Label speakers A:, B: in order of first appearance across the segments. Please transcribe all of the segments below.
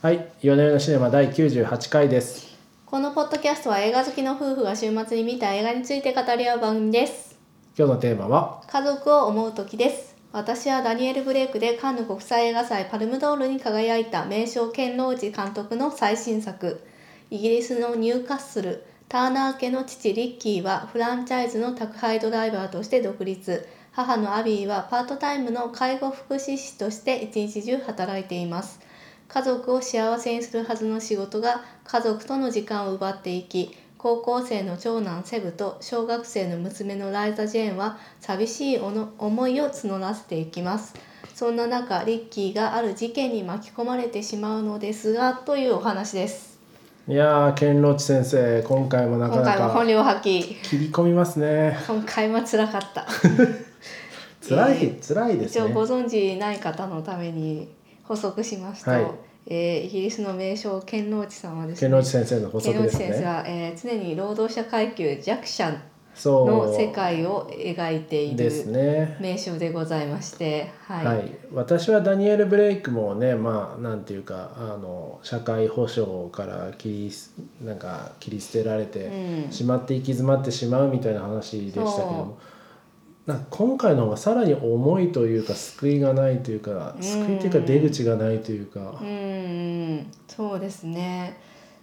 A: はい、夜の夜のシネマ第98回です。
B: このポッドキャストは映画好きの夫婦が週末に見た映画について語り合う番組です
A: 今日のテーマは、
B: 家族を思う時です私はダニエル・ブレイクでカンヌ国際映画祭パルムドールに輝いた名将ケン・ロージ監督の最新作イギリスのニューカッスルターナー家の父リッキーはフランチャイズの宅配ドライバーとして独立母のアビーはパートタイムの介護福祉士として一日中働いています家族を幸せにするはずの仕事が家族との時間を奪っていき高校生の長男セブと小学生の娘のライザ・ジェーンは寂しいおの思いを募らせていきますそんな中リッキーがある事件に巻き込まれてしまうのですがというお話です
A: いやー、ケンローチ先生、今回もなか
B: 今
A: な
B: 回は本
A: か
B: 領 発揮
A: 切り込みますね。
B: 今回は辛かった
A: 辛い、
B: えー
A: 辛いで
B: 一
A: す
B: 応
A: ね
B: ご。存知ない方のために補足しますと、
A: はい
B: えーイギリスの名将ケンローチさんはです
A: ケ
B: ね
A: ンローチ先生の補
B: ケ
A: 足
B: ンロー
A: で
B: チ
A: す
B: 先生
A: ね。
B: は、えー常に労働者階級弱者
A: そう。
B: の世界を描いてい
A: です
B: る
A: ね。
B: 名称でございまして、はい
A: はい、私はダニエル・ブレイクもねまあなんていうかあの社会保障から切りすなんか切り捨てられ
B: う
A: て
B: ん、
A: しまって行き詰まってしまうみたいな話でしたけども
B: そ
A: なんか今回の方がさらに重いというか救いがないというか
B: うん
A: 救いというか出口がないというか
B: うんうんそうですね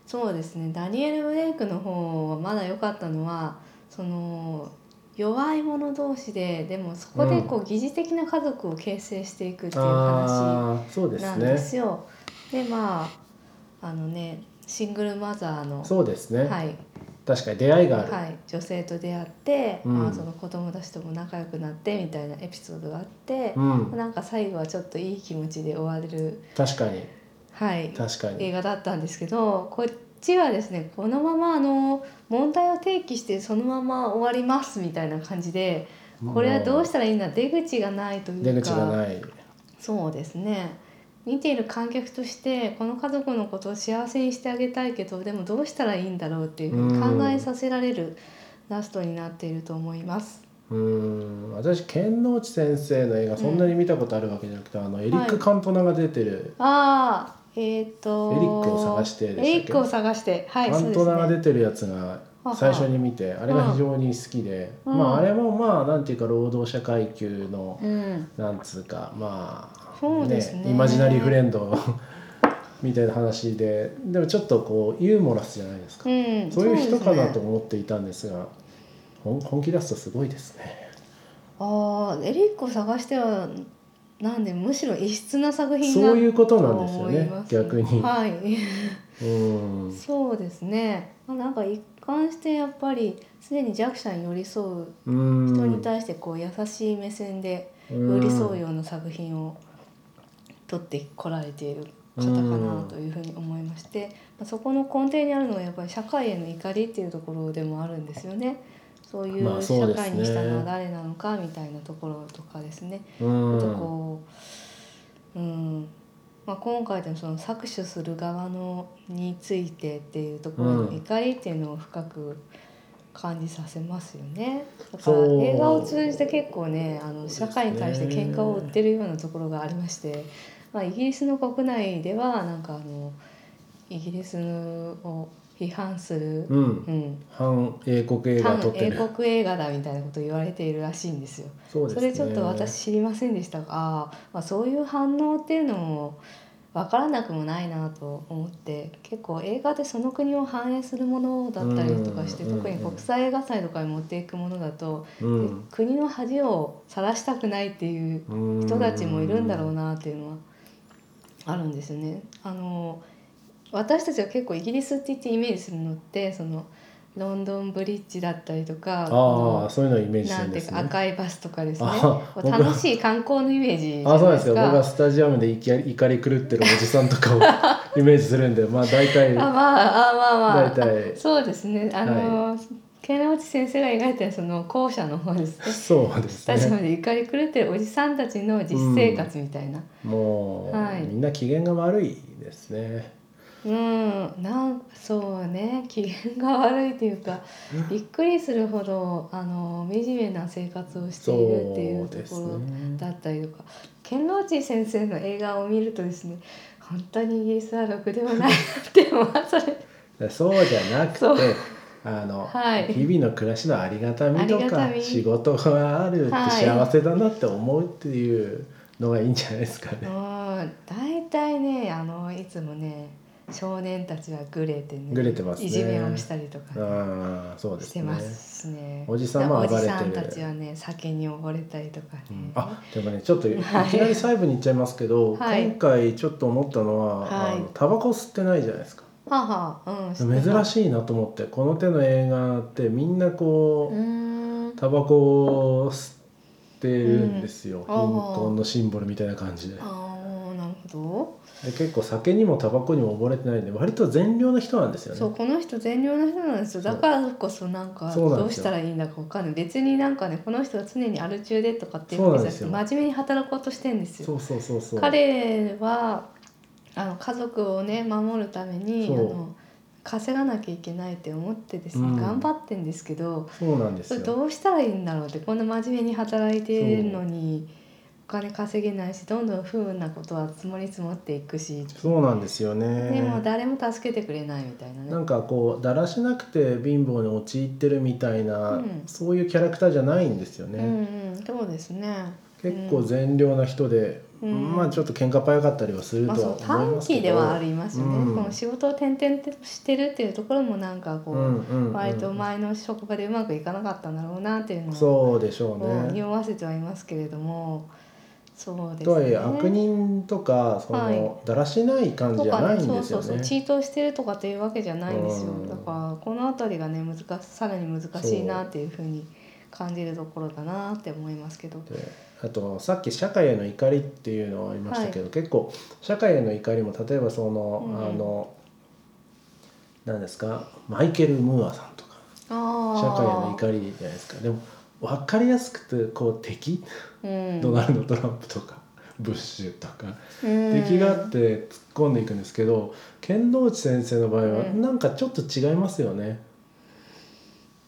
B: そうですねダニエル・ブレイクの方はまだ良かったのはその弱い者同士ででもそこでこう疑似的な家族を形成していくっていう話
A: あーそうで
B: な
A: す
B: んで
A: ね
B: すよ。でまああのねシングルマザーの、
A: そうですね、
B: はい
A: 確かに出会いがある、
B: はい、女性と出会って、
A: うん
B: まあ、その子供たちとも仲良くなってみたいなエピソードがあって
A: う、ん、
B: なんか最後はちょっといい気持ちで終われる、
A: 確かに
B: はい、
A: 確かに
B: 映画だったんですけどこっちはですねこのままあの問題を提起してそのまま終わりますみたいな感じでこれはどうしたらいいんだ出口がないというか
A: 出口がない
B: そうですね見ている観客としてこの家族のことを幸せにしてあげたいけどでもどうしたらいいんだろうっていうふうに考えさせられるラストになっていると思います。
A: うーん私剣能内先生の映画そんなに見たことあるわけじゃなくて、あのエリック・カントナが出てる、
B: ああえっ、と
A: エリックを探してでしたっけ
B: エリックを探してはい
A: カ
B: そう
A: ン
B: で
A: ト
B: す
A: ナが
B: ね。
A: 出てるやつが最初に見てあれが非常に好きで、
B: うん
A: まああれもまあなんていうか労働者階級の、
B: うん
A: なんつうかまあ
B: そうですね
A: イマジナリーフレンド みたいな話ででもちょっとこうユーモラスじゃないですか、
B: うん、
A: そういう人かな
B: そうです
A: と
B: ね、
A: 思っていたんですが本本気出すとすごいですね。
B: ああエリックを探してはなんでむしろ異質な作品
A: そう
B: ないと
A: うことなんですよ
B: 思い
A: ね
B: ます
A: 逆に。
B: はい
A: うん
B: そうですねまあなんか一貫してやっぱり常に弱者に寄り添う人
A: 人
B: に対してこう優しい目線で寄り添うような作品を撮ってこられている方かなというふうに思いまして、まあ、そこの根底にあるのはやっぱり社会への怒りっていうところでもあるんですよね。そうい
A: まあ
B: う
A: そう
B: 社
A: ですね
B: 会にしたのは誰なのかみたいなところとかですね。
A: うん、
B: あとこう、うんまあ、今回でもその搾取する側のについてっていうところ
A: う
B: の
A: ん
B: 怒りっていうのを深く感じさせますよね。だから
A: そう
B: 映画を通じて結構ねあの
A: そうですね
B: 社会に対して喧嘩を売ってるようなところがありまして、まあ、イギリスの国内ではなんかあのイギリスを批判する、
A: うん、
B: うん、
A: 反英国映画撮
B: 反
A: って
B: 英
A: る。
B: 国映画だみたいなこと言われているらしいんですよ。
A: そうです
B: そ
A: ね。
B: れちょっと私知りませんでしたがあー、まあ、そういう反応っていうのも分からなくもないなと思って結構映画でその国を反映するものだったりとかして
A: うんうんうん
B: 特に国際映画祭とかに持っていくものだと、
A: うん、
B: 国の恥を晒したくないっていう
A: うん
B: 人たちもいるんだろう。なっていうのはあるんですよね。あの私たちは結構イギリスって言ってイメージするのってそのロンドンブリッジだったりとかこの
A: ああ、そういうのをイメージす
B: な
A: る
B: ん
A: んで
B: ていう
A: す
B: か
A: ね。
B: 赤いバスとかですね
A: あ僕
B: 楽しい観光のイメージじゃ
A: あ、そう
B: な
A: ないんで
B: で
A: す
B: す
A: よ。僕
B: か
A: はスタジアムで怒り怒り狂ってるおじさんとかを イメージするんで、まあ大体
B: あまああまあ
A: 大
B: まあ
A: 体
B: そうですねあのケナオチ先生が描いたその校舎の方ですね
A: そうで
B: ス
A: す
B: タジアム
A: ね。
B: で怒り狂ってるおじさんたちの実生活みたいな
A: もう、
B: はい
A: みんな機嫌が悪いですね。
B: うん、なんそうね機嫌が悪いというかびっくりするほどあの惨めな生活をしているっていうところだったりとか、ケンローチ先生の映画を見るとですね本当にイギリスはろくでもないなって思わされ
A: らそうじゃなくて
B: そう
A: あの、
B: はい
A: 日々の暮らしのありがたみと
B: ありが
A: か
B: たみ
A: 仕事があるって
B: はい
A: 幸せだなって思うっていうのがいいんじゃないですかね。
B: もう大体ねあのいつもね少年たちはグレてね
A: グレてますね
B: いじめをしたりとかね、
A: ああそうで
B: し
A: す
B: て
A: ね。
B: ますね
A: おじさんも暴れてる
B: おじさんたちはね酒に溺れたりとかね、
A: うんあでもねちょっといきなり細部に行っちゃいますけど、
B: はい
A: 今回ちょっと思ったのは、
B: はい
A: あのタバコ吸ってないじゃないですか
B: はあはあうん
A: 珍
B: い
A: しいなと思ってこの手の映画ってみんなこ
B: う
A: う、
B: ーん
A: タバコを吸ってるんですよ、
B: うんあー
A: 貧困のシンボルみたいな感じで
B: ああなるほ
A: で結構酒にもタバコにも溺れてないんで割と善良な人なんです
B: ど
A: よ
B: そう
A: ね
B: この人善良な人なんですよだからこそなんか
A: そうなんですよ
B: どうしたらいいんだかわかんない別になんかねこの人が常にアル中でとかっていうわけじゃなくて
A: そうなん
B: 真面目に働こうとしてんですよ
A: そうそうそうそう
B: 彼はあの家族をね守るために
A: そ
B: あ
A: う
B: の稼がなきゃいけないって思ってです
A: う
B: ね、
A: ん
B: 頑張ってんですけど
A: そうなんで
B: そ
A: す
B: れ
A: よ
B: どうしたらいいんだろうってこんな真面目に働いてるのにお金稼げないしどんどん不運なことは積もり積もっていくし
A: そうなんですよ
B: でも
A: ね
B: 誰も助けてくれないみたいなね。
A: なんかこうだらしなくて貧乏に陥ってるみたいな、
B: うん
A: そういうキャラクターじゃないんですよ
B: う
A: ね、
B: んうん、そうですね
A: 結構善良な人で、
B: うん
A: まあちょっと喧嘩っ早かったりはする
B: まあ、
A: と
B: そ
A: は
B: う
A: 思い
B: 短
A: ますけ
B: 期
A: ど、
B: ではありますよね、
A: うん
B: この仕事を転々としてるっていうところもなんかこう、
A: うんうんうん
B: 割と前の職場でうまくいかなかったんだろうなっていうのを
A: そうでしょう
B: こう
A: ね。
B: 匂わせてはいますけれどもそうですね。
A: とはいえ悪人とかその、
B: は
A: だらしない感じ
B: と
A: じゃ
B: か
A: な
B: ね
A: いん
B: そ
A: で
B: う
A: す
B: そ
A: よ
B: うそう
A: ね。
B: チートをしてるとかっていうわけじゃないんですよ、
A: うん
B: だからこの辺りがね難しさらに難しいなっていうふうに感じるところだなって思いますけど
A: であとさっき社会への怒りっていうのを言いましたけど、結構社会への怒りも例えばその、
B: うん
A: あの何ですかマイケル・ムーアさんとか
B: 社会
A: 社会への怒りじゃないですかでも分かりやすくてこう敵、
B: うん、
A: ドナルド・トランプとかブッシュとか。
B: うん
A: 敵があって突っ込んでいくんですけど剣道内先生の場合は
B: うん
A: なんかちょっと違いますよね、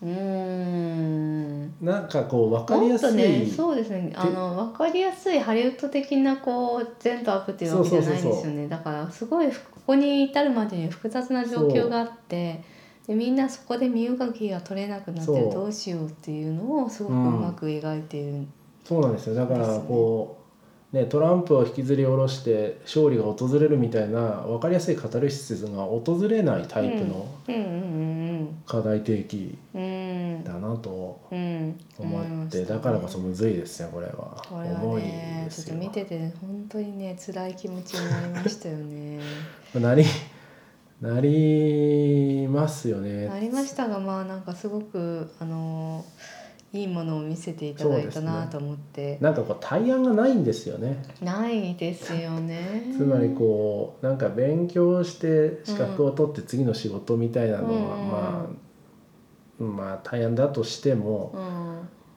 B: うん
A: なんかこう分かり
B: も
A: や
B: っ
A: す
B: と
A: い、
B: ねそうですねあ
A: で
B: の分かりやすいハリウッド的なこう善と悪っていうわけじゃないんですよね
A: そうそう
B: だからすごいふここに至るまでに複雑な状況があってでみんなそこで身動きが取れなくなって
A: そう
B: どうしようっていうのをすごくうまく描いている、
A: そうなんですよだから
B: ですね
A: こうねトランプを引きずり下ろして勝利が訪れるみたいな分かりやすいカタルシスが訪れないタイプの
B: うんうん
A: 課題提起
B: うんうん
A: だなと
B: うんうん
A: 思
B: いま
A: っ
B: した
A: て、
B: ね
A: だからこそむずいですねこれは
B: これは
A: 重い
B: ね
A: で
B: ちょ
A: す
B: っと
A: よ
B: 見てて本当にね辛い気持ちになりましたよね。
A: なりなりますよね
B: ありましたがまあなんかすごくあのいいものを見せていただいたなと思って、
A: なんかこう対案がないんですよね
B: ないですよね
A: つまりこうなんか勉強して資格を取って次の仕事みたいなのは、
B: うん
A: まあまあ大変だとしても、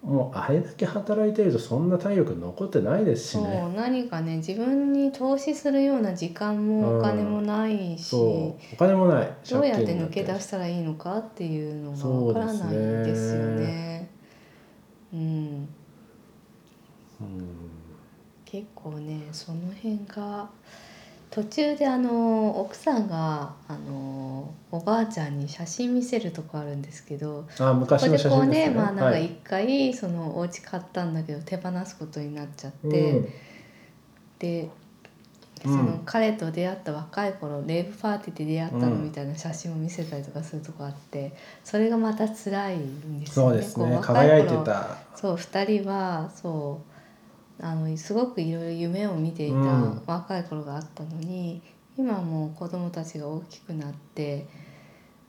B: うん、
A: もうあれだけ働いてるとそんな体力残ってないですし
B: そう
A: ね。
B: 何かね自分に投資するような時間
A: うん
B: もお金もないし、
A: そうお金もない
B: どうやって抜け
A: にな
B: 出
A: る
B: したらいいのかっていうのがわからないですよね。うん、
A: うん
B: 結構ねその辺が途中であの奥さんがあのおばあちゃんに写真見せるとこあるんですけど
A: あ
B: こ
A: 昔
B: こ
A: の
B: で
A: 写
B: こう
A: 真です
B: ね
A: ね。
B: まあなん
A: は
B: か
A: い
B: 一回そのお家買ったんだけど手放すことになっちゃって、
A: うん
B: でそ
A: うん
B: の彼と出会った若い頃レイブパーティーで出会ったの
A: うん
B: みたいな写真を見せたりとかするとこあってそれがまた辛いんです
A: そ
B: よ
A: う
B: ね。
A: です
B: こう
A: ね
B: 若
A: 輝いて
B: 頃
A: た
B: そう2人はそうあのすごくいろいろ夢を見ていた
A: うん
B: 若い頃があったのに、今はもう子供たちが大きくなって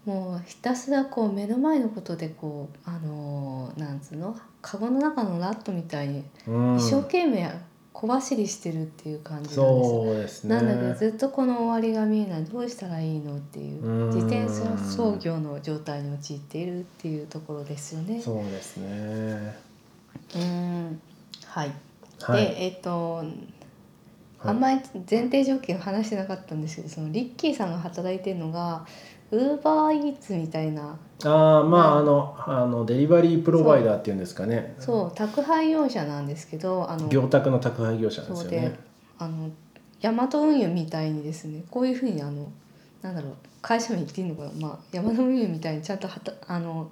B: もうひたすらこう目の前のことでこうあのーなんつうのカゴの中のラットみたいに
A: うん
B: 一生懸命小走りしてるっていう感じなんですよ。
A: そうですね。
B: なんだけどずっとこの終わりが見えないどうしたらいいのっていう
A: うん
B: 自転車操業の状態に陥っているっていうところですよね。
A: そうですね。
B: うーんはい、
A: はい。
B: でえっ、と、
A: はい
B: あんまり前提条件を話してなかったんですけどそのリッキーさんが働いてるのがウーバーイーツみたいな
A: ああまああのあのデリバリープロバイダーっていうんですかね。
B: そう宅配業者なんですけどあの
A: 業宅の宅配業者なんで
B: そ
A: す
B: う
A: よ
B: で
A: ね。
B: あのヤマト運輸みたいにですねこういうふうにあのなんだろう会社名言っていいのかな、まあ、ヤマト運輸みたいにちゃんとはたあの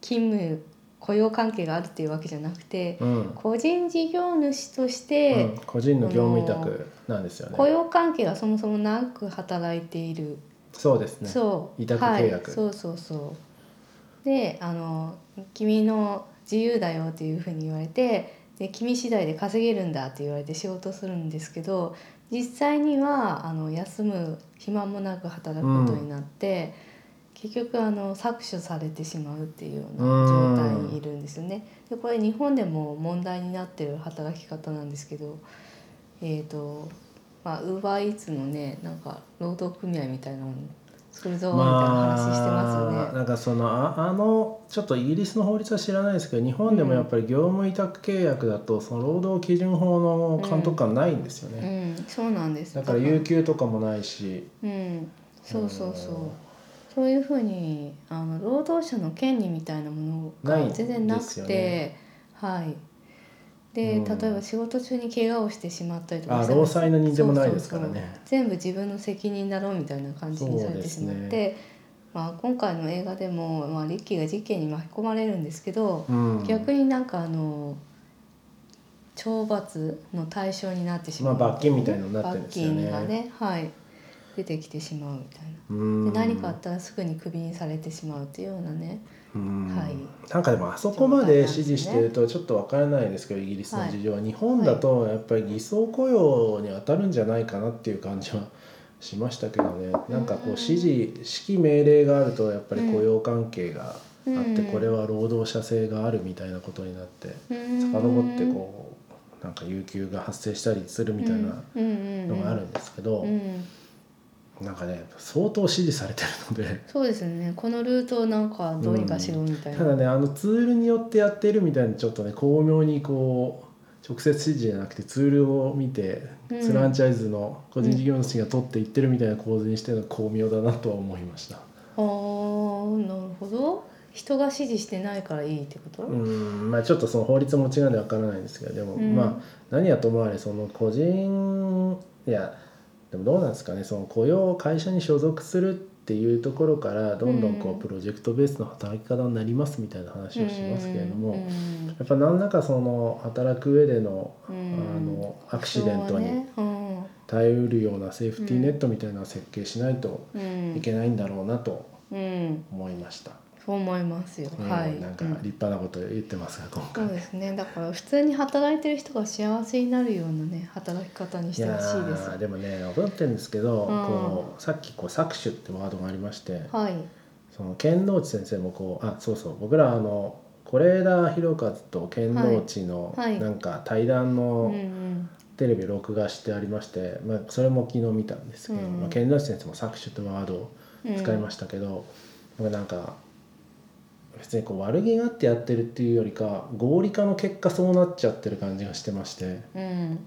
B: 勤務雇用関係があるっていうわけじゃなくて
A: うん
B: 個人事業主とし
A: う
B: て
A: ん、個人の業務委託なんですよ
B: 雇
A: ね。
B: 用関係がそもそもなく働いている、
A: そうですね。
B: そう
A: 委託契約
B: はい、そうそうそうであの「君の自由だよ」っていうふうに言われてで「君次第で稼げるんだ」って言われて仕事するんですけど実際にはあの休む暇もなく働くことになって、結局あの搾取されてしまうっていうような状態にいるんですよね。でこれ日本でも問題になってる働き方なんですけどえーとまあウーバーイーツのねなんか労働組合みたいなのそれぞれみたいな話してますよね。
A: なんかそのああのちょっとイギリスの法律は知らないですけど日本でもやっぱり業務委託契約だとその労働基準法の監督官ないんですよ
B: う
A: ね、
B: ん、そうなんです。
A: だから有給とかもないし
B: うん、そうそうそう。そういうふうにあの労働者の権利みたいなもの
A: ない
B: が
A: んですよ
B: 全
A: ね
B: 然なくて、はい。で、
A: うん
B: 例えば仕事中に怪我をしてしまったりとか
A: あ
B: しても
A: 労災の認定もないですから
B: そうそう
A: ね
B: そう全部自分の責任だろうみたいな感じにされてしまっ
A: そう
B: て、まあ今回の映画でもまあリッキーが事件に巻き込まれるんですけど、
A: うん
B: 逆になんかあの懲罰の対象になってしま
A: まあ
B: う、
A: 罰金みたいのになってるんですよね
B: 罰金がねはい出てきてしまうみたいな
A: うん
B: で何かあったらすぐにクビにされてしまうっていうようなね
A: うん
B: はい
A: なんかでもあそこまで支持してるとちょっとわからないですけどイギリスの事情は、日本だとやっぱり偽装雇用に当たるんじゃないかなっていう感じはしましたけどねなんかこう指示指揮命令があるとやっぱり雇用関係があって、
B: うん
A: これは労働者性があるみたいなことになって遡
B: 遡
A: ってこうなんか有給が発生したりするみたいなの
B: の
A: があるんですけど、
B: うんうん
A: なんかね相当支持されてるので。
B: そうですねこのルートをなんかどうにかしろみたいな、
A: ただねあのツールによってやってるみたいにちょっとね巧妙にこう直接指示じゃなくてツールを見て、
B: うん
A: フランチャイズの個人事業主が取っていってるみたいな構図にしてるのが巧妙だなとは思いました。
B: あーなるほど人が支持してないからいいってこと、
A: うんまあ、ちょっとその法律も違うんでわからないんですけどでも、
B: うん
A: まあ何やと思われその個人いやでもどうなんですかねその雇用会社に所属するっていうところからどんどんこ
B: うん
A: うプロジェクトベースの働き方になりますみたいな話をしますけれども、
B: うん
A: やっぱ何らかその働く上での,、
B: うん
A: あのアクシデントに
B: そうね
A: 耐えうるようなセーフティーネットみたいなのを設計しないと
B: うん
A: いけないんだろうなと
B: うん、うん、
A: 思いました、
B: そう思いますよ、は
A: う
B: い
A: んなんか
B: うん
A: 立派なこと言ってますが今
B: そ
A: 回、
B: うですねだから普通に働いてる人が幸せになるようなね働き方にし
A: い
B: て
A: や
B: ほしいで
A: ー
B: す
A: でもね分かってるんですけど、
B: ん
A: こうさっきこう搾取ってワードがありまして、
B: はい
A: その剣道地先生もこうあそうそう僕らあの是枝裕和と剣道地の
B: はいはい
A: なんか対談の、
B: うんうん
A: テレビ録画してありまして、まあ、それも昨日見たんですけど、
B: うん
A: まあ、剣道士先生も搾取とワードを
B: うん
A: 使いましたけど、僕なんか別にこう悪気があってやってるっていうよりか合理化の結果そうなっちゃってる感じがしてまして
B: うん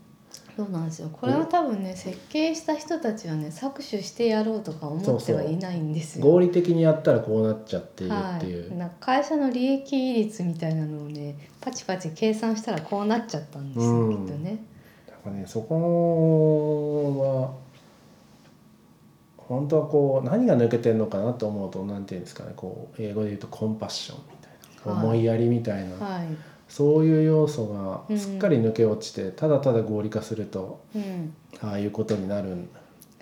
B: そうなんですよこれは多分ね設計した人たちはね搾取してやろうとか思ってはいないんですよ
A: 合理的にやったらこうなっちゃっているっていう、
B: はい、なんか会社の利益率みたいなのをねパチパチ計算したらこうなっちゃったんですよ、
A: うん
B: きっとね
A: なんかねそこは本当はこう何が抜けてるのかなと思うと何て言うんですかねこう英語で言うとコンパッションみたいな、
B: はい
A: 思いやりみたいな。
B: はい
A: そういう要素がすっかり抜け落ちて、ただただ合理化すると
B: うん、
A: ああいうことになるん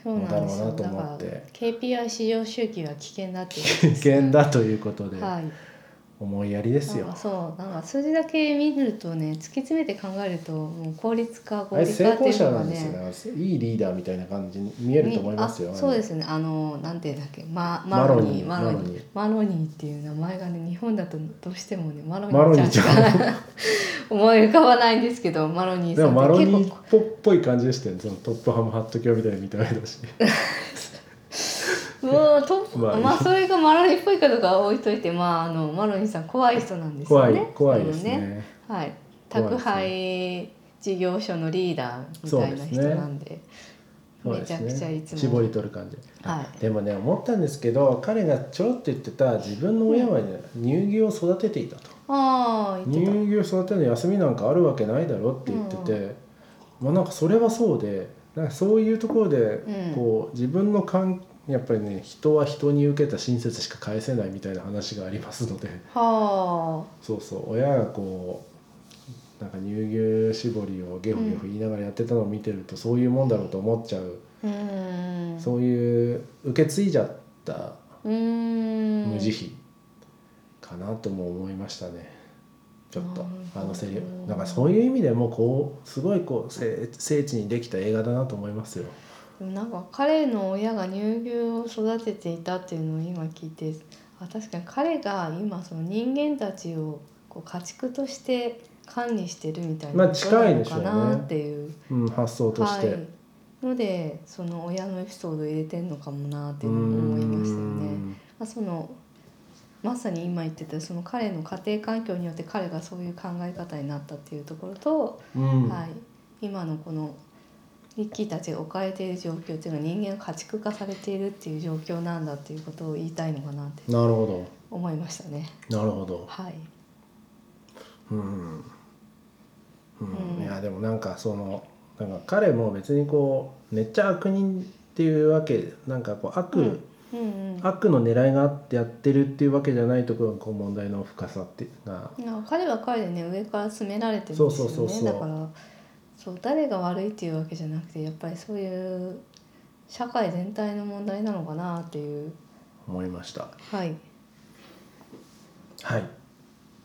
B: そうなんですよ
A: だろ
B: だ
A: う
B: か
A: なと思っ
B: ら
A: て
B: KPI 市場周期は危険だっていうこと
A: 危
B: ですね
A: 険だということで、
B: はい
A: 思いやりですよ
B: なんか。そうなんか数字だけ見るとね突き詰めて考えるともう効率化
A: あ
B: 合
A: れ
B: 理
A: 成
B: 化っ
A: 功
B: ていう
A: 者
B: の
A: な
B: が
A: ん
B: ね
A: ですよね。いいリーダーみたいな感じに見えると思いますよ。。
B: あそうですすねあのなんていうんだっけマ
A: マ
B: マ
A: ロ
B: ロ
A: ニ
B: ニ
A: ー
B: ーマロニーマロニーっていう名前がね日本だとどうしてもねマロニ
A: マロニー
B: ー
A: ち
B: ち
A: ゃ
B: ゃ
A: ん
B: んしか思い浮かばないんですけどマロニー
A: で
B: さ
A: も
B: ん
A: マ
B: っ
A: ロ
B: て
A: ニー
B: 結構
A: っぽっぽい感じでしたよね。そのトップハムハット教みたいな見た 目だし。
B: もうと、
A: ま
B: ま
A: あ
B: あ、それがマロニーっぽいかどうかは置いといてまああのマロニーさん怖い人なんですよ
A: 怖い、
B: ね
A: 怖いです
B: そういうの
A: ね。
B: はい、
A: 怖いで
B: 宅
A: すね
B: 配事業所のリーダーみたいな人なんで
A: そう
B: め
A: で
B: ちゃ
A: す
B: くちゃい
A: ね。
B: つも
A: 絞り取る感じ。
B: は
A: でもね思ったんですけど彼がちょろっと言ってた自分の親は、ね乳牛を育てていたと。
B: ああ言
A: 乳
B: って
A: 牛育てるの休みなんかあるわけないだろって言ってて、まあなんかそれはそうでだからそういうところで
B: うん
A: こう自分の感やっぱりね人は人に受けた親切しか返せないみたいな話がありますので
B: は
A: そうそう親がこうなんか乳牛絞りをゲホゲホ言いながらやってたのを見てるとそういうもんだろうと思っちゃう、
B: あうん
A: そういう受け継いじゃった
B: うーん
A: 無慈悲かなとも思いましたねちょっと
B: なるほ
A: あ
B: ど
A: のセリフなんかそういう意味でもこうすごいこう聖聖地にできた映画だなと思いますよ。
B: なんか彼の親が乳牛を育てていたっていうのを今聞いてあ確かに彼が今その人間たちをこう家畜として管理してるみたい
A: ま
B: な
A: あ
B: ことな
A: 近い
B: の
A: でしょ
B: か
A: うね
B: なっていう、
A: うん、発想として、
B: はい、のでその親のエピソードを入れてんのかもなっていうのも思いましたよ
A: う
B: ね。
A: ん
B: まあ、そのまさに今言ってたその彼の家庭環境によって彼がそういう考え方になったっていうところと、
A: うん
B: はい、今のこのリッキーたちが置かれている状況っていうのは人間が家畜化されているっていう状況なんだっていうことを言いたいのかなって
A: なるほ
B: 思いましたね。
A: どなるほど、
B: はい、
A: うんうん
B: うん
A: いやでもなんかそのなんか彼も別にこうめっちゃ悪人っていうわけなんかこう悪、
B: うんうんうん、
A: 悪の狙いがあってやってるっていうわけじゃないところがこう問題の深さっていうが
B: なんか彼は彼でね上から詰められてるんですよね
A: そうそうそうそう
B: だからそう誰が悪いっていうわけじゃなくてやっぱりそういう社会全体の問題なのかなっていう。
A: 思いました。
B: はい
A: はい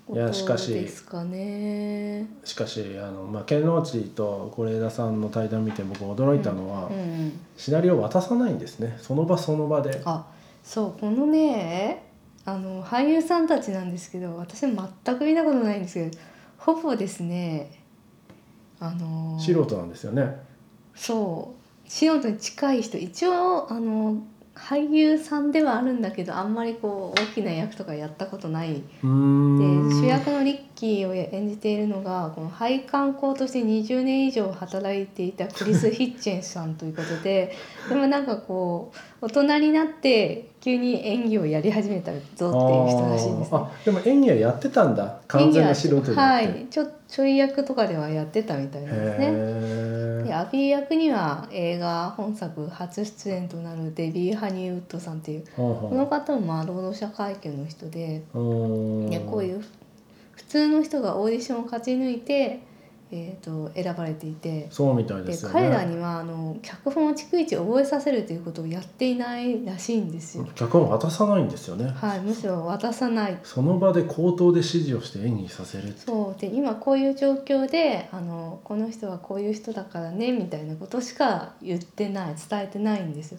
A: いやしかし
B: ことですかね。
A: しかしあの、まあ、剣道地と是枝さんの対談見て僕驚いたのは、
B: うんうん、
A: シナリオ渡さないんですねその場その場で。
B: あそうこのねあの俳優さんたちなんですけど私全く見たことないんですけどほぼですねあの
A: 素人なんですよね。
B: そう素人に近い人一応あの俳優さんではあるんだけどあんまりこう大きな役とかやったことないで
A: うーん
B: 主役のリッキーを演じているのがこの配管工として20年以上働いていたクリス・ヒッチェンスさんということで でもなんかこう大人になって急に演技をやり始めたぞっていう人らしいです
A: あー
B: ね。
A: あでも演技はやってたんだ完全な素人
B: 演技
A: で
B: は
A: や
B: は
A: って、
B: いちょちょい役とかではやってたみたいなんですね。
A: へ
B: で
A: え
B: アビー役には映画本作初出演となるデビー・ハニーウッドさんっていうこの
A: こ
B: 方もまあ労働者階級の人で、
A: の
B: ね、こういうう普通の人がオーディションを勝ち抜いて、えー、と選ばれていて
A: そうみたいで
B: です
A: よね
B: 彼らにはあの脚本を逐一覚えさせるということをやっていないらしいんですよ。
A: 脚本渡さないんですよね、
B: はい、むしろ渡さない
A: その場で口頭で指示をして演技させる
B: そうで今こういう状況であのこの人はこういう人だからねみたいなことしか言ってない伝えてないんですよ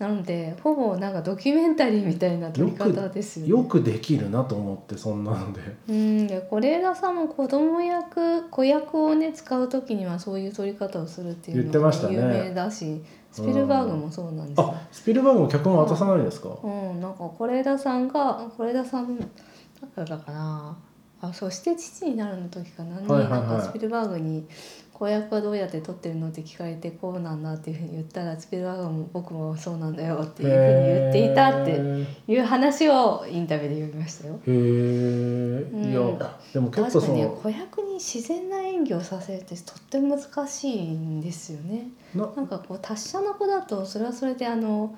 B: なのでほぼなんかドキュメンタリーみたいな撮り方ですよ,、ね、
A: よくできるなと思ってそんなので
B: うんで是枝さんも子供役子役をね使う時にはそういう撮り方をするっていう
A: 言って
B: の
A: ま
B: が
A: したね
B: 有名だし、スピルバーグもそうなんですよ
A: あスピルバーグも脚本渡さないんですか、
B: うん、なんか是枝さんが是枝さんだからかなあそして父になるの時かなに、
A: はいはいはい
B: なんかスピルバーグに「子役はどうやって撮ってるの?」って聞かれて「こうなんだ」っていうふうに言ったらスピルバーグも「僕もそうなんだよ」っていうふうに言っていたって
A: へ
B: いう話をインタビューで読みましたよ。
A: え、い
B: うん
A: やでも結構
B: 確か
A: そ
B: にね
A: の
B: 子役に自然な演技をさせるってとっても難しいんですよね。
A: な
B: なんかこう達者な子だとそれはそれであの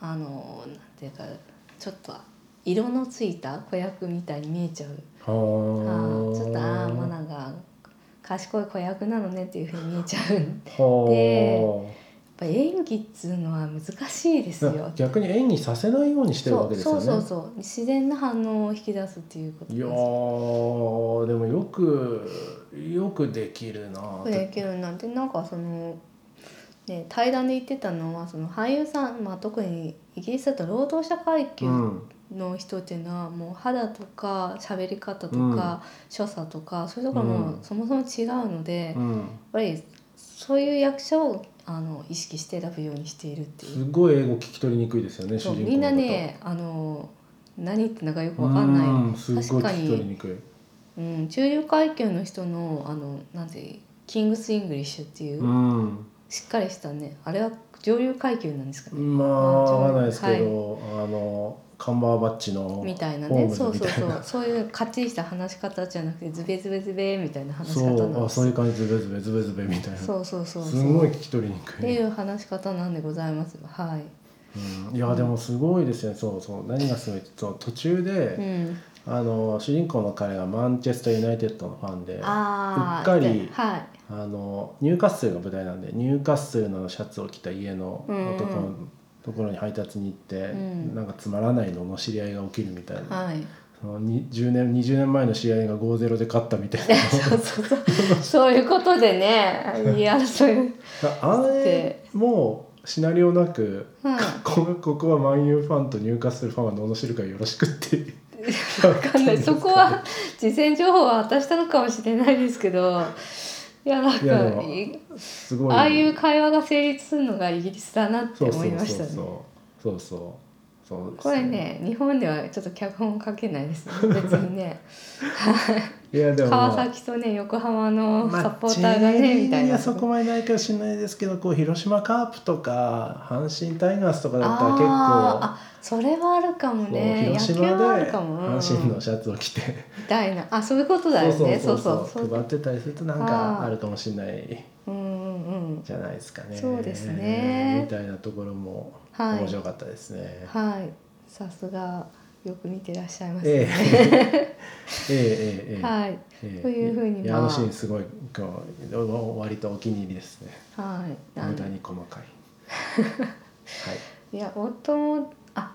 B: あのなんていうかちょっと色のついた子役みたいに見えちゃう
A: あ
B: あ
A: ー
B: ーちょっとああマナが賢い子役なのねっていうふうに見えちゃうやっ
A: はあ
B: でぱ演技っつうのは難しいですよ
A: 逆に演技させないようにしてるわけですよ
B: そう
A: ね
B: そうそうそう自然な反応を引き出すっていうこと
A: いや
B: こ
A: ーでもよくよくできるなぁ
B: れできるなんてなんかその、ね、対談で言ってたのはその俳優さん、まあ、特にイギリスだと労働者階級
A: うん、
B: の人っていうのはもう肌とか喋り方と
A: うん
B: か所作とか、そういうところも
A: うん
B: そもそも違うので、
A: う
B: やっ
A: ん、
B: ぱりそういう役者をあの意識して選ぶようにしているってい
A: す
B: う。
A: ごい英語聞き取りにくいですよね主
B: そう
A: 人公の方
B: みんなねあの何言ってんだかよくわかんない。
A: うんすごい
B: 確か
A: 聞き取り
B: に、
A: にくい
B: うん、中流階級の人のあのなんてキングス・イングリッシュっていう
A: うん
B: しっかりしたねあれは上流階級なんですかね
A: まあ
B: あちょ
A: わかんないですけど、あのカンバーバッチの
B: みたいな
A: ホー
B: ね
A: ムズ
B: そうそ
A: み
B: う
A: たい
B: そ
A: な
B: うそういうカッチリした話し方じゃなくてズベズベズベみたいな話し方
A: そ
B: なん
A: う
B: で
A: あ
B: す
A: そういう感じズベズベズベズベみたいな
B: そうそうそうそう
A: すごい
B: っ
A: 聞き取りにく
B: て
A: い
B: い、う話し方なんでございますはい
A: うん、いやでもすごいですねそうそう何がすごいってそう途中
B: う
A: で、
B: ん
A: あの主人公の彼がマンチェスター・ユナイテッドのファンで
B: ああ
A: うっかり
B: はい
A: あのニューカッスルが舞台なんでニューカッスルのシャツを着た家の男
B: うんう
A: の
B: ん
A: ところに配達に行って、
B: うん
A: なんかつまらないのの知り合いが起きるみたいな、
B: はい
A: そのに10年20年前の知り合いが5-0で勝ったみた いな
B: そうそうそうそういうことでね 言い争い
A: あれもシナリオなく
B: はい
A: ここここはマンユーファンと入荷するファンは罵るからよろしくっていう
B: わかんないそこ は事前情報は渡したのかもしれないですけどいやなんか
A: いやでも
B: い
A: すごい
B: ああいう会話が成立するのがイギリスだなって思いましたね
A: そうそうそうそうそうそうです
B: これね日本ではちょっと脚本書けないです ね別にね
A: いやでも
B: 川崎とね横浜の
A: まあ
B: サポーターがね、
A: J リーグ
B: みたい
A: に
B: な
A: はそこまでないかもしれないですけどこう広島カープとか阪神タイガースとかだったら結
B: あー
A: 構
B: あそれはあるかも
A: こう
B: ね野
A: 広
B: 球
A: 島
B: はあ
A: で
B: るかも、うん
A: 阪神のシャツを着て、
B: みたいなあそういうことだよねそうそうそう
A: 配ってたりするとなん
B: あ
A: か
B: ー
A: あるかもしれない
B: うんうんうん
A: じゃないですかね。
B: そうですね
A: みたいなところも
B: はい
A: 面白かったですね。
B: はい、さすがよく見てらっしゃいます
A: ええ
B: ね。
A: ええええええ
B: はい、
A: ええ
B: というふうに
A: いや
B: まあ
A: あのシーンすごいこう割とお気に入りですね。
B: はい、あ
A: 無駄
B: の
A: に細かい。はい。
B: いや、夫も、あ、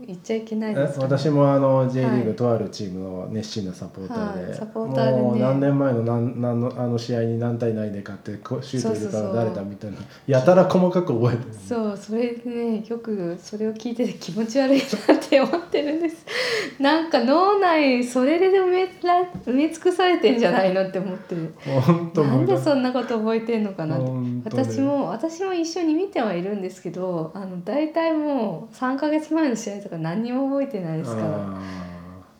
B: 言っちゃいけないですか、ね。
A: 私もあの J リー
B: はい
A: グとあるチームの熱心なサポーターで、
B: はいサポーターでね
A: もう何年前の何何のあの試合に何対何で勝ってこシュート入れた
B: そ
A: ら
B: うそうそう
A: 誰だみたいなやたら細かく覚えてる
B: そう、それでね、よくそれを聞いてて気持ち悪いなって思ってるんです。 なんか脳内それで埋めら埋め尽くされてんじゃないのって思ってる。
A: 本当
B: なんでそ
A: ん
B: んなこと覚えてんのかなって。私
A: 私
B: も私も一緒に見てはいるんですけどあの大体もう3ヶ月前の試合とか何にも覚えてないですから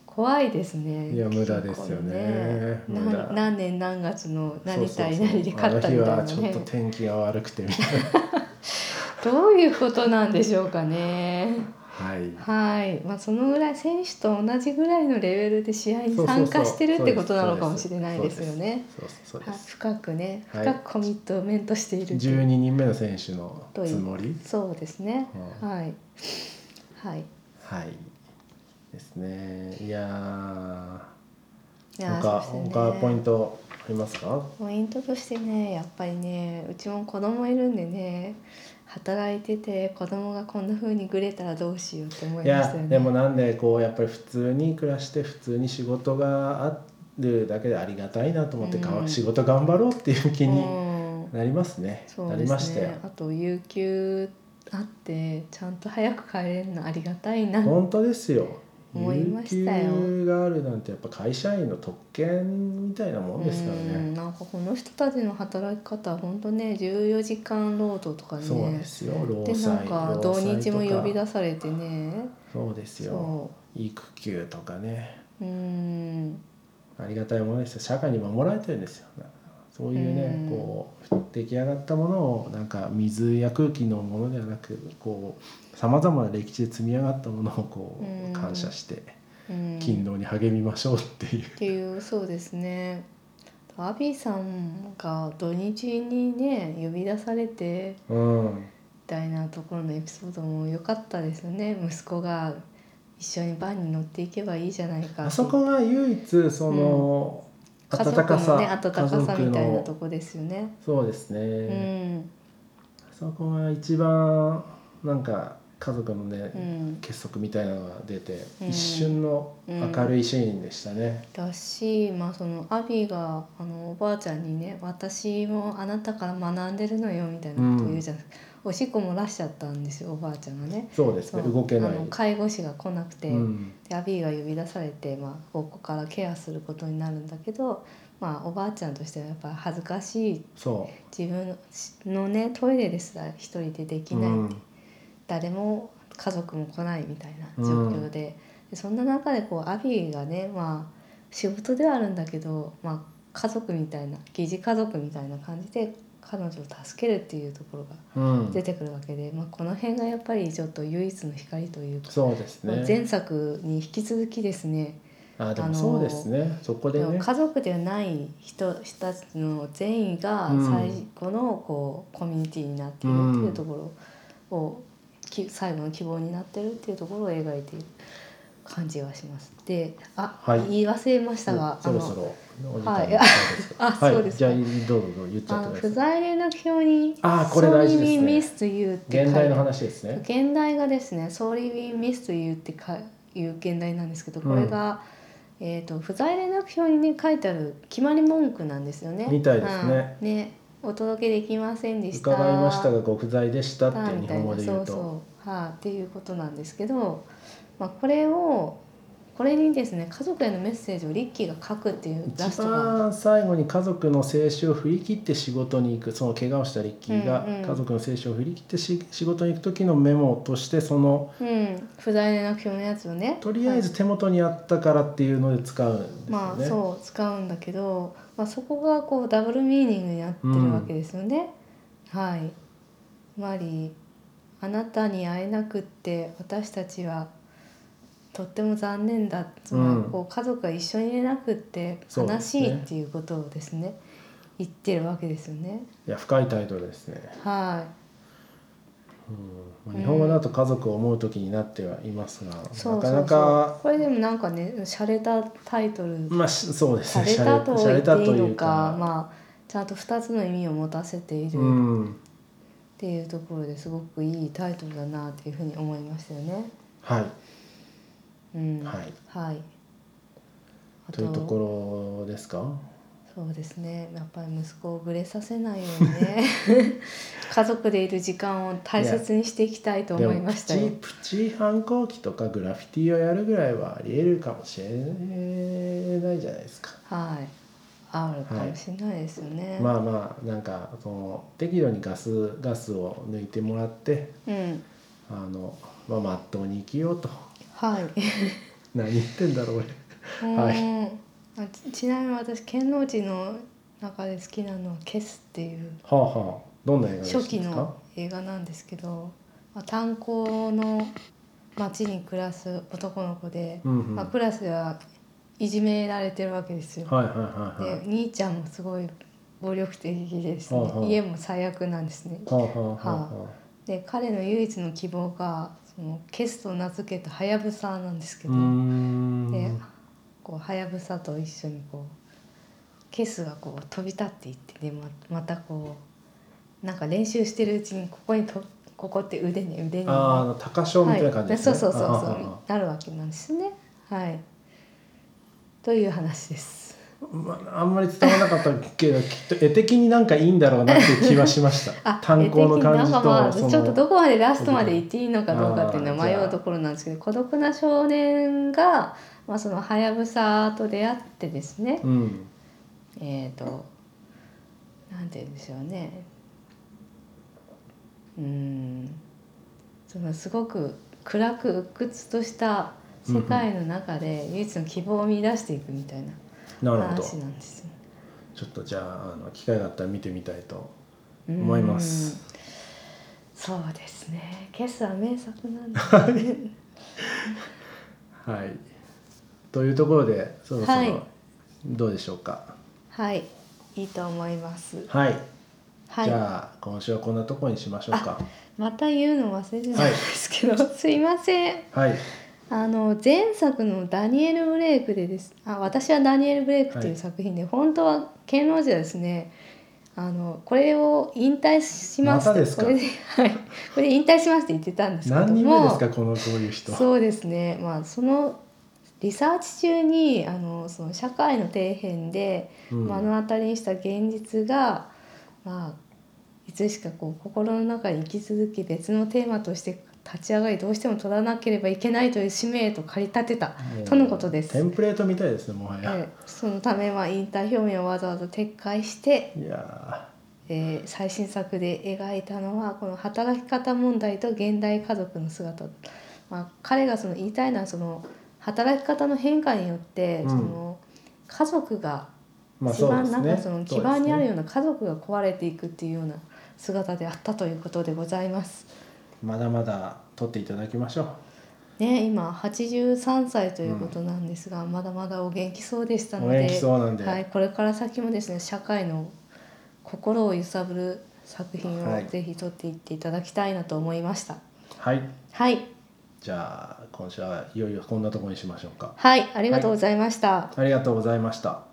B: 怖いですね。
A: いや無駄ですよね
B: 結構
A: 無
B: ね
A: 駄
B: な何年何月の何対何で勝った
A: み
B: み
A: たいなあ
B: たいな
A: の日は
B: ね
A: ちょっと天気が悪くてみたいな
B: どういうことなんでしょうかね。
A: はい
B: はい、まあそのぐらい選手と同じぐらいのレベルで試合に参加してるってことなのかもしれないですよね。
A: そうですそうで
B: はい
A: す
B: 深くね
A: はい
B: 深くコミットメントしているという
A: 12人目の選手のつもり
B: そうですね。
A: うん
B: はいはい。
A: はいですねいやー
B: いやー
A: 他、
B: そうですね
A: 他ポイントありますか？
B: ポイントとしてねやっぱりねうちも子供いるんでね働いてて子供がこんな風にグレたらどうしようって思い
A: い
B: まし
A: や
B: たよね。
A: でもなんでこうやっぱり普通に暮らして普通に仕事があるだけでありがたいなと思って、
B: うん
A: 仕事頑張ろうっていう気に
B: うん
A: なりますね。
B: そう
A: な
B: で
A: り
B: すね
A: ましたよ。
B: あと有給あってちゃんと早く帰れるのありがたいな。
A: 本当ですよ。
B: 思いましたよ
A: 有給があるなんてやっぱ会社員の特権みたいなもんですから
B: うん
A: ね。
B: なんかこの人たちの働き方は本当ね14時間労働とかね
A: そうですよ。労
B: で
A: 災
B: なんか
A: 労
B: 土
A: 災と
B: 日も呼び
A: か
B: 出されてね
A: そうですよ。
B: そ
A: 育休とかね。
B: ううん
A: ありがたいものですよ社会に守られてるんですよそういうね、
B: うん
A: こう出来上がったものをなんか水や空気のものではなくこうさまざまな歴史で積み上がったものをこ
B: うん
A: う感謝して
B: うん
A: 勤労に励みましょうっていう、
B: っていうそうですねアビーさんが土日にね呼び出されて
A: うん
B: みたいなところのエピソードも良かったですよね息子が一緒にバンに乗っていけばいいじゃないか
A: あそこが唯一その、
B: 家
A: 温
B: 族
A: かさ
B: のね温か
A: 家
B: さ
A: 族の
B: みたいなとこですよね。
A: そうですね、
B: うん
A: あそこが一番なんか家族のね、
B: うん、
A: 結束みたいなのが出て、
B: うん
A: 一瞬の明るいシーンでしたね。
B: だし、まあ、そのアビーがあのおばあちゃんにね「私もあなたから学んでるのよ」みたいなことを言うじゃないですか、おしっこ漏らしちゃったんですよおばあちゃんがね。
A: そうですね
B: そう
A: 動けない
B: あの介護士が来なくて、
A: うん
B: でアビーが呼び出されて、まあ、ここからケアすることになるんだけど、まあ、おばあちゃんとしてはやっぱ恥ずかしい
A: そ
B: 自分のねトイレですら一人ででき
A: う、う
B: ない、
A: ん、
B: 誰も家族も来ないみたいな状況で,、でそんな中でこうアビーがね、まあ、仕事ではあるんだけど、まあ、家族みたいな疑似家族みたいな感じで彼女を助けるっていうところが
A: うん
B: 出てくるわけで、まあ、この辺がやっぱりちょっと唯一の光というか、
A: そうです
B: まあ
A: ね。
B: 前作に引き続きですね
A: あで
B: あ
A: も
B: の
A: そうですね。そこでね。
B: 家族ではない人人たちの善意が
A: うん
B: 最後のこうコミュニティになっているっていうところを、き最後の希望になってるっていうところを描いている感じがします。であ、
A: はい
B: 言い忘れましたが
A: お
B: あ
A: そろそ
B: の
A: ろお時
B: は
A: 間のそう
B: い
A: ですか
B: あ
A: はい
B: そうです
A: じ
B: ね
A: ゃあどうぞどうぞ言っち
B: あ
A: ゃ
B: の
A: ってく
B: 不
A: ださい。
B: 在連絡票に
A: あーこれ大事ですね
B: Sorry we missed you」って書
A: 現
B: いてあ
A: 代
B: る
A: の話ですね。
B: 現代がですね「Sorry we missed you」ってかいう現代なんですけどこれが、えー、と不在連絡表にね書いてある決まり文句なんですよね。
A: みたいですね
B: うんねお届けできませんでした。
A: 伺いましたがご不在でしたって
B: はい
A: 日本語で言う
B: そうそう
A: と。
B: はい、っていうことなんですけど、まあ、これをこれにですね家族へのメッセージをリッキーが書くっていうラス
A: 一
B: トが。
A: 番最後に家族の静止を振り切って仕事に行くその怪我をしたリッキーが
B: うんうん
A: 家族の静止を振り切ってし仕事に行く時のメモとしてその
B: うん、不在連絡表のやつをね
A: とりあえず手元にあったからっていうので使うんですよね。
B: まあそう使うんだけど、まあ、そこがこうダブルミーニングになってるわけですよね。はい。つまりあなたに会えなくって私たちはとっても残念だつま
A: うん
B: りこう家族が一緒にいれなくって
A: そう
B: 悲
A: です
B: し
A: ね
B: いっていうことをですね言ってるわけですよね。
A: いや深いタイトルですね。
B: はい。
A: うんまあ日本語だと家族を思う時になってはいますが、
B: そう
A: な
B: そう
A: か
B: そ
A: な
B: う
A: か
B: これでもなんかね洒落たタイトル
A: まあしそうです
B: 洒
A: ね。
B: 落たと
A: 洒落
B: 言って
A: た
B: いい
A: とい
B: の
A: う
B: かまあちゃんと2つの意味を持たせている。
A: うん、
B: っていうところですごくいいタイトルだなっていうふうに思いましたよね。
A: はい
B: うん、、
A: はいい
B: あ
A: というところですか。
B: そうですねやっぱり息子をぶれさせないよう にね家族でいる時間を大切にしていきたいと
A: で
B: 思い
A: も
B: ま
A: プ
B: したよ
A: チ。プチ反抗期とかグラフィティをやるぐらいはありえるかもしれないじゃないですか。
B: はいあるかもしれないですよね。
A: まあまあなんかその適度にガスガスを抜いてもらって
B: うん
A: あのまあ真っ当に生きようと
B: はい。
A: 何言ってんだろう俺。 はい
B: うん あちちなみに私剣道寺の中で好きなのは「消す」っていう
A: はあはあどんな映画でした
B: 初期
A: ですか
B: の。映画なんですけど、まあ、炭鉱の町に暮らす男の子で、
A: うんうん
B: まあ、クラスではいじめられてるわけですよ。
A: はいはいはいは
B: で
A: い。
B: 兄ちゃんもすごい暴力的ですね、
A: はいはい
B: 家も最悪なんですね。
A: はあはあはあは
B: で彼の唯一の希望がそのケスと名付けたハヤブサなんですけ
A: あ。うー
B: ど、
A: ん。
B: でこうハヤブサと一緒にこうケースがこう飛び立っていってでままたこうなんか練習してるうちにここにとここって腕に腕に
A: あああの高賞みたいな感じ
B: は
A: で
B: い、
A: すね。
B: そうそうそう
A: あはあ
B: そ
A: は
B: うなるわけなんですねはいという話です
A: あまああんまり伝わらなかったけど、きっと絵的になんかいいんだろうなっていう気はしました。炭鉱の感じ
B: 絵的になんかまあ
A: とその。
B: ちょっとどこまでラストまで言っていいのかどうかっていうのは
A: あー
B: 迷
A: じゃあ
B: うところなんですけど孤独な少年が、まあ、そのハヤブサと出会ってですね、
A: うん。
B: えー、となんて言うんでしょうねうーんそのすごく暗く鬱屈とした世界の中で唯一の希望を見出していくみたい
A: な
B: な
A: るほど。
B: 話なんですよ。
A: ちょっとじゃああの機会があったら見てみたいと
B: うん
A: 思います。
B: そうですね。今朝は名作なん ですね。
A: はい。というところでそろそろ、
B: はい
A: どうでしょうか。
B: はい、いいと思います。
A: はい。
B: はい
A: じ。ゃあ今週はこんなところにしましょうか。
B: また言うの忘れてたんですけど、すいません。
A: はい。
B: あの前作の「ダニエル・ブレイク」でです「あ私はダニエル・ブレイク」とい
A: は
B: う
A: い
B: 作品で、本当は剣王寺はですねあのこれを引退します
A: ま
B: って
A: たですか
B: これで、はい、これで引退しますって言ってたんですけども
A: 何人目ですかこのこういう人。
B: そうですね、まあ、そのリサーチ中にあのその社会の底辺で
A: うん
B: 目の当たりにした現実が、まあ、いつしかこう心の中に生き続き別のテーマとして立ち上がりどうしても取らなければいけないという使命と駆り立てた
A: もう
B: とのことで
A: テ
B: す。
A: ンプレートみたいですねもはや。
B: えそのためは引退表明をわざわざ撤回して、
A: いや
B: えー最新作で描いたのはこの働き方問題と現代家族の姿、まあ、彼がその言いたいのはその働き方の変化によって
A: うん
B: その家族が
A: まあ
B: 一
A: そう
B: 番
A: です
B: なん
A: ね
B: かその基盤にあるような家族が壊れていくっていうような姿であったということでございます。
A: まだまだ取っていただきましょう
B: ね今83歳ということなんですが、まだまだお元気そうでしたの
A: お
B: で
A: 元気そうなんで、
B: はい、これから先もですね社会の心を揺さぶる作品
A: は
B: を
A: い
B: ぜひ撮っていっていただきたいなと思いました。
A: はい
B: はい、
A: じゃあ今週はいよいよこんなところにしましょうか
B: はい、ありがとうございました。
A: ありがとうございました